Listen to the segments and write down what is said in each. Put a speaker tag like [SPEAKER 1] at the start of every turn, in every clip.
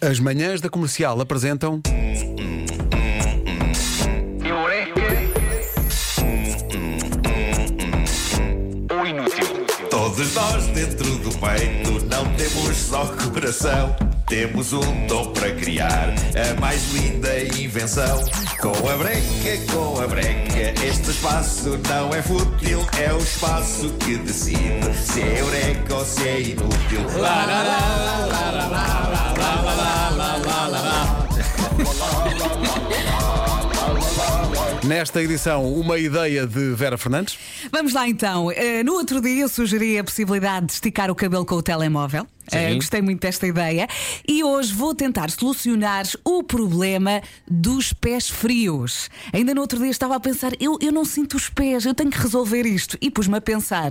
[SPEAKER 1] As manhãs da comercial apresentam.
[SPEAKER 2] ou inútil?
[SPEAKER 3] Todos nós dentro do peito não temos só coração. Temos um dom para criar a mais linda invenção. Com a breca, com a breca, este espaço não é fútil. É o espaço que decide se é eureka ou se é inútil. Lá, lá, lá.
[SPEAKER 1] Nesta edição, uma ideia de Vera Fernandes.
[SPEAKER 4] Vamos lá então. Eh, No outro dia eu sugeri a possibilidade de esticar o cabelo com o telemóvel. Eh, Gostei muito desta ideia. E hoje vou tentar solucionar o problema dos pés frios. Ainda no outro dia estava a pensar, eu, eu não sinto os pés, eu tenho que resolver isto. E pus-me a pensar,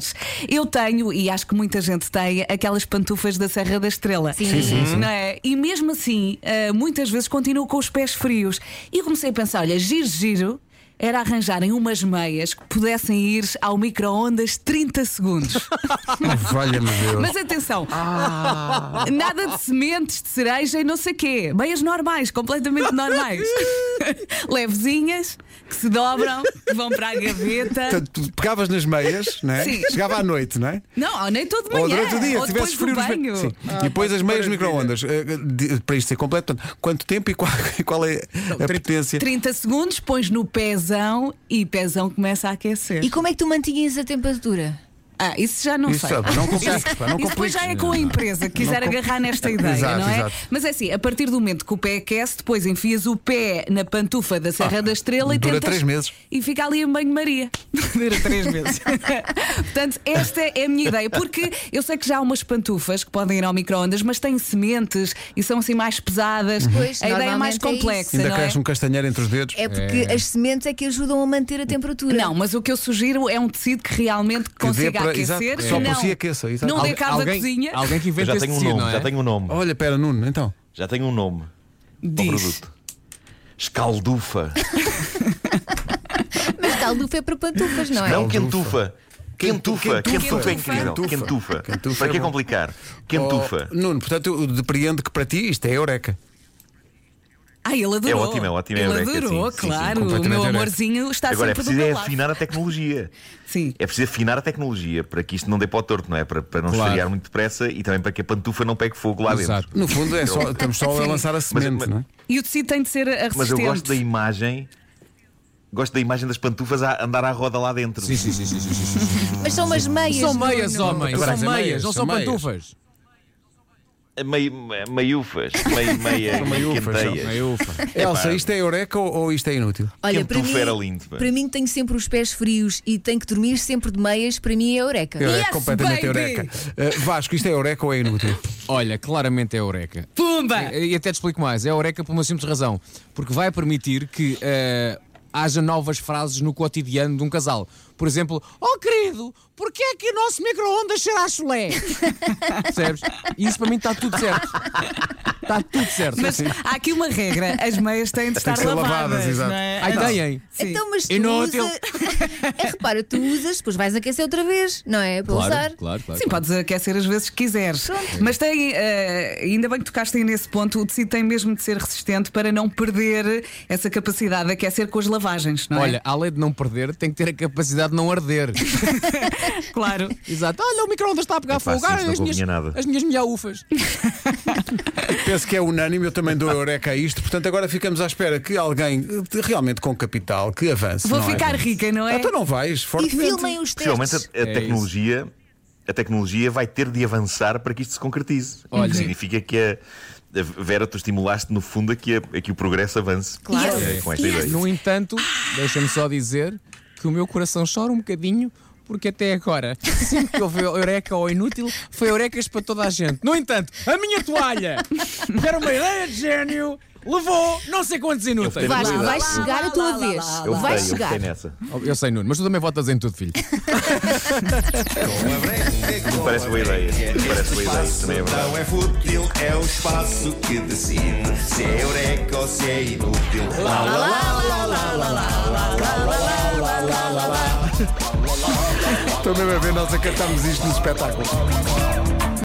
[SPEAKER 4] eu tenho, e acho que muita gente tem, aquelas pantufas da Serra da Estrela. Sim, sim. Não é? E mesmo assim, eh, muitas vezes continuo com os pés frios. E comecei a pensar, olha, giro, giro era arranjarem umas meias que pudessem ir ao micro-ondas 30 segundos.
[SPEAKER 1] Valha-me Deus.
[SPEAKER 4] Mas atenção,
[SPEAKER 1] Ah.
[SPEAKER 4] nada de sementes, de cereja e não sei quê. Meias normais, completamente normais. Levezinhas, que se dobram, que vão para a gaveta.
[SPEAKER 1] Portanto, tu pegavas nas meias, não é?
[SPEAKER 4] Sim.
[SPEAKER 1] Chegava à noite, não é?
[SPEAKER 4] Não, nem todo de manhã.
[SPEAKER 1] Ou durante o dia,
[SPEAKER 4] ou
[SPEAKER 1] se tivesse
[SPEAKER 4] depois
[SPEAKER 1] frio
[SPEAKER 4] do
[SPEAKER 1] nos
[SPEAKER 4] banho. Ah,
[SPEAKER 1] meios. Sim. e depois as meias micro-ondas. Eh, de- Para isto ser completo, portanto, quanto tempo e qual, e qual é a potência?
[SPEAKER 4] 30 segundos, pões no pezão e pezão começa a aquecer.
[SPEAKER 5] E como é que tu mantinhas a temperatura?
[SPEAKER 4] Ah, isso já não
[SPEAKER 1] Isso,
[SPEAKER 4] sei.
[SPEAKER 1] sabe, não compliques, pá, não
[SPEAKER 4] Isso depois
[SPEAKER 1] compliques.
[SPEAKER 4] já é com a empresa que quiser agarrar nesta ideia,
[SPEAKER 1] Exato,
[SPEAKER 4] não é?
[SPEAKER 1] exato.
[SPEAKER 4] Mas é assim, a partir do momento que o pé aquece, depois enfias o pé na pantufa da Serra da Estrela e
[SPEAKER 1] Ah, dura
[SPEAKER 4] tentas-
[SPEAKER 1] três meses.
[SPEAKER 4] E fica ali em banho-maria. Dura três meses. Portanto, esta é a minha ideia, porque eu sei que já há umas pantufas que podem ir ao micro-ondas, mas têm sementes e são assim mais pesadas.
[SPEAKER 5] Uhum. Pois,
[SPEAKER 4] a ideia é mais
[SPEAKER 5] normalmente é isso.
[SPEAKER 4] complexa.
[SPEAKER 1] Ainda
[SPEAKER 4] não é?
[SPEAKER 1] cresce um castanheiro entre os dedos.
[SPEAKER 5] É porque as sementes é que ajudam a manter a temperatura.
[SPEAKER 4] Não, mas o que eu sugiro é um tecido que realmente
[SPEAKER 1] dê
[SPEAKER 4] consiga
[SPEAKER 1] para- exato,
[SPEAKER 4] aquecer.
[SPEAKER 1] só
[SPEAKER 4] que
[SPEAKER 1] por
[SPEAKER 4] não-
[SPEAKER 1] si aqueça, exato.
[SPEAKER 4] Não dê
[SPEAKER 1] Algu-
[SPEAKER 4] cabo da cozinha.
[SPEAKER 6] Alguém que
[SPEAKER 7] Eu
[SPEAKER 6] inventa
[SPEAKER 7] já
[SPEAKER 6] esse
[SPEAKER 7] tenho um
[SPEAKER 6] tecido,
[SPEAKER 7] nome,
[SPEAKER 6] não é?
[SPEAKER 7] já tenho um nome,
[SPEAKER 1] Olha, pera, Nuno, então.
[SPEAKER 7] já tenho um nome ao
[SPEAKER 4] Diz.
[SPEAKER 7] produto. Escaldufa.
[SPEAKER 5] Mas caldufa é para pantufas, não é?
[SPEAKER 7] Não quentufa. Quentufa,
[SPEAKER 4] Quentufa.
[SPEAKER 7] quentufa é incrível.
[SPEAKER 1] Quentufa.
[SPEAKER 7] Quentufa.
[SPEAKER 1] Quentufa
[SPEAKER 7] Para
[SPEAKER 1] é
[SPEAKER 7] que
[SPEAKER 1] bom.
[SPEAKER 7] complicar? Quentufa.
[SPEAKER 1] Oh, Nuno, portanto, eu depreendo que para ti isto é eureka.
[SPEAKER 4] Ah, ele adorou.
[SPEAKER 7] É ótimo, é ótimo, é
[SPEAKER 4] Ele
[SPEAKER 7] eureka, sim,
[SPEAKER 4] adorou,
[SPEAKER 7] sim, sim,
[SPEAKER 4] claro. o
[SPEAKER 1] completamente
[SPEAKER 4] meu
[SPEAKER 1] eureka.
[SPEAKER 4] amorzinho está
[SPEAKER 7] Agora é
[SPEAKER 4] sempre do
[SPEAKER 7] preciso é
[SPEAKER 4] meu lado.
[SPEAKER 7] afinar a tecnologia.
[SPEAKER 4] Sim.
[SPEAKER 7] É preciso afinar a tecnologia para que isto não dê para o torto, não é? Para, para não esfriar muito depressa e também para que a pantufa não pegue fogo lá
[SPEAKER 6] Exato.
[SPEAKER 7] dentro.
[SPEAKER 1] No fundo, é só, estamos só a
[SPEAKER 4] Sim.
[SPEAKER 1] lançar a
[SPEAKER 7] Mas-
[SPEAKER 1] semente,
[SPEAKER 7] mas-
[SPEAKER 1] não é?
[SPEAKER 4] E o tecido tem de ser eh, resistente.
[SPEAKER 7] Mas eu gosto da imagem. Gosto da imagem das pantufas a andar à roda lá dentro.
[SPEAKER 6] Sim, sim, sim, sim, sim, sim, sim.
[SPEAKER 5] Mas são umas meias.
[SPEAKER 6] São meias,
[SPEAKER 5] Nuno.
[SPEAKER 6] homens.
[SPEAKER 1] Agora,
[SPEAKER 6] são
[SPEAKER 1] são meias,
[SPEAKER 6] meias, não
[SPEAKER 1] são
[SPEAKER 6] são
[SPEAKER 1] meias.
[SPEAKER 6] pantufas.
[SPEAKER 7] Meio, meiufas. Meio, meia,
[SPEAKER 1] meiufas, são
[SPEAKER 7] quenteias.
[SPEAKER 6] Aí, ufa.
[SPEAKER 1] Elsa,
[SPEAKER 7] Epá.
[SPEAKER 1] isto é eureka ou, ou isto é inútil?
[SPEAKER 5] Olha, para
[SPEAKER 7] Quentufa
[SPEAKER 5] mim,
[SPEAKER 7] era lindo, pá.
[SPEAKER 5] para mim que tenho sempre os pés frios e tenho que dormir sempre de meias, para mim é eureka.
[SPEAKER 1] Eureka,
[SPEAKER 4] Yes,
[SPEAKER 1] completamente
[SPEAKER 4] baby!
[SPEAKER 1] eureka. Uh, Vasco, isto é eureka ou é inútil?
[SPEAKER 6] Olha, claramente é eureka.
[SPEAKER 4] Pumba!
[SPEAKER 6] E até te explico mais. É eureka por uma simples razão. Porque vai permitir que eh, haja novas frases no cotidiano de um casal. Por exemplo, oh querido, porquê é que o nosso micro-ondas será chulé? Percebes? E isso para mim está tudo certo. Está tudo certo.
[SPEAKER 4] Mas há aqui uma regra: as meias têm de estar
[SPEAKER 1] que ser
[SPEAKER 4] lavadas.
[SPEAKER 1] lavadas, exato.
[SPEAKER 4] não é?
[SPEAKER 6] Aí tem, hein?
[SPEAKER 4] Sim.
[SPEAKER 5] Então, mas tu
[SPEAKER 6] Inútil.
[SPEAKER 5] usas. é, repara, tu usas, depois vais aquecer outra vez, não é? Para usar.
[SPEAKER 6] Claro, claro, claro.
[SPEAKER 4] Sim, podes aquecer as vezes que quiseres. Mas tem, eh, ainda bem que tocaste aí nesse ponto, o tecido tem mesmo de ser resistente para não perder essa capacidade de aquecer com as lavagens, não é?
[SPEAKER 6] Olha, além de não perder, tem que ter a capacidade de não arder.
[SPEAKER 4] claro.
[SPEAKER 6] Exato. Olha, o micro-ondas está a pegar
[SPEAKER 7] Epá,
[SPEAKER 6] fogo.
[SPEAKER 7] sim,
[SPEAKER 6] Ah,
[SPEAKER 7] isso É não
[SPEAKER 6] as, minhas,
[SPEAKER 7] convinha nada.
[SPEAKER 6] as minhas milhaufas.
[SPEAKER 1] Penso que é unânime, eu também dou eureka a isto, portanto agora ficamos à espera que alguém eh, realmente com capital que avance.
[SPEAKER 4] Vou
[SPEAKER 1] não é?
[SPEAKER 4] ficar rica, não
[SPEAKER 1] Ah,
[SPEAKER 4] é?
[SPEAKER 1] tu não vais,
[SPEAKER 5] E
[SPEAKER 1] fortemente.
[SPEAKER 5] filmem os
[SPEAKER 7] Possivelmente a,
[SPEAKER 5] testes.
[SPEAKER 7] a
[SPEAKER 6] É
[SPEAKER 7] tecnologia a tecnologia vai ter de avançar para que isto se concretize.
[SPEAKER 6] Olha.
[SPEAKER 7] Significa que a, a Vera, tu estimulaste no fundo a que, a- a que o progresso avance.
[SPEAKER 5] Claro.
[SPEAKER 7] Eh, Com esta ideia.
[SPEAKER 6] No entanto, deixa-me só dizer que o meu coração chora um bocadinho. Porque até agora, sempre que houve eureka ou inútil, foi eurecas para toda a gente. No entanto, a minha toalha, que era uma ideia de gênio, levou não sei quantos inúteis.
[SPEAKER 7] Eu tenho-
[SPEAKER 5] Vais,
[SPEAKER 7] Lá,
[SPEAKER 5] vais
[SPEAKER 4] lá,
[SPEAKER 5] chegar
[SPEAKER 4] lá,
[SPEAKER 5] a tua
[SPEAKER 4] lá,
[SPEAKER 5] vez.
[SPEAKER 4] lá,
[SPEAKER 7] Eu
[SPEAKER 5] Vais
[SPEAKER 7] votei, eu
[SPEAKER 5] chegar.
[SPEAKER 7] votei nessa.
[SPEAKER 6] Eu sei, Nuno, mas tu também votas em tudo, filho.
[SPEAKER 7] Parece boa ideia. Parece boa ideia. Também é verdade.
[SPEAKER 3] Não é fútil, é o espaço que decide se é eureka ou se é inútil. Lá, lá,
[SPEAKER 1] Estou mesmo a ver, nós a cantarmos isto no espetáculo.